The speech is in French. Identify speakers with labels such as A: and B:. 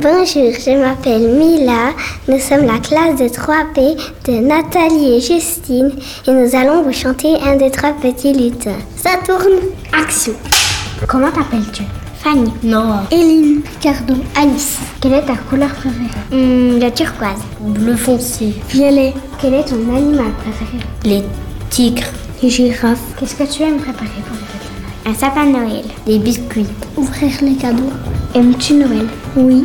A: Bonjour, je m'appelle Mila. Nous sommes la classe de 3B de Nathalie et Justine et nous allons vous chanter un des trois petits lutins. Ça tourne Action Comment t'appelles-tu Fanny. Noah. Eline. Cardon. Alice. Quelle est ta couleur préférée Hmm, La turquoise. Bleu foncé. Violet. Quel est ton animal préféré Les tigres. Les girafes. Qu'est-ce que tu aimes préparer pour les un sapin de Noël, des biscuits. Ouvrir les cadeaux. Aimes-tu Noël Oui.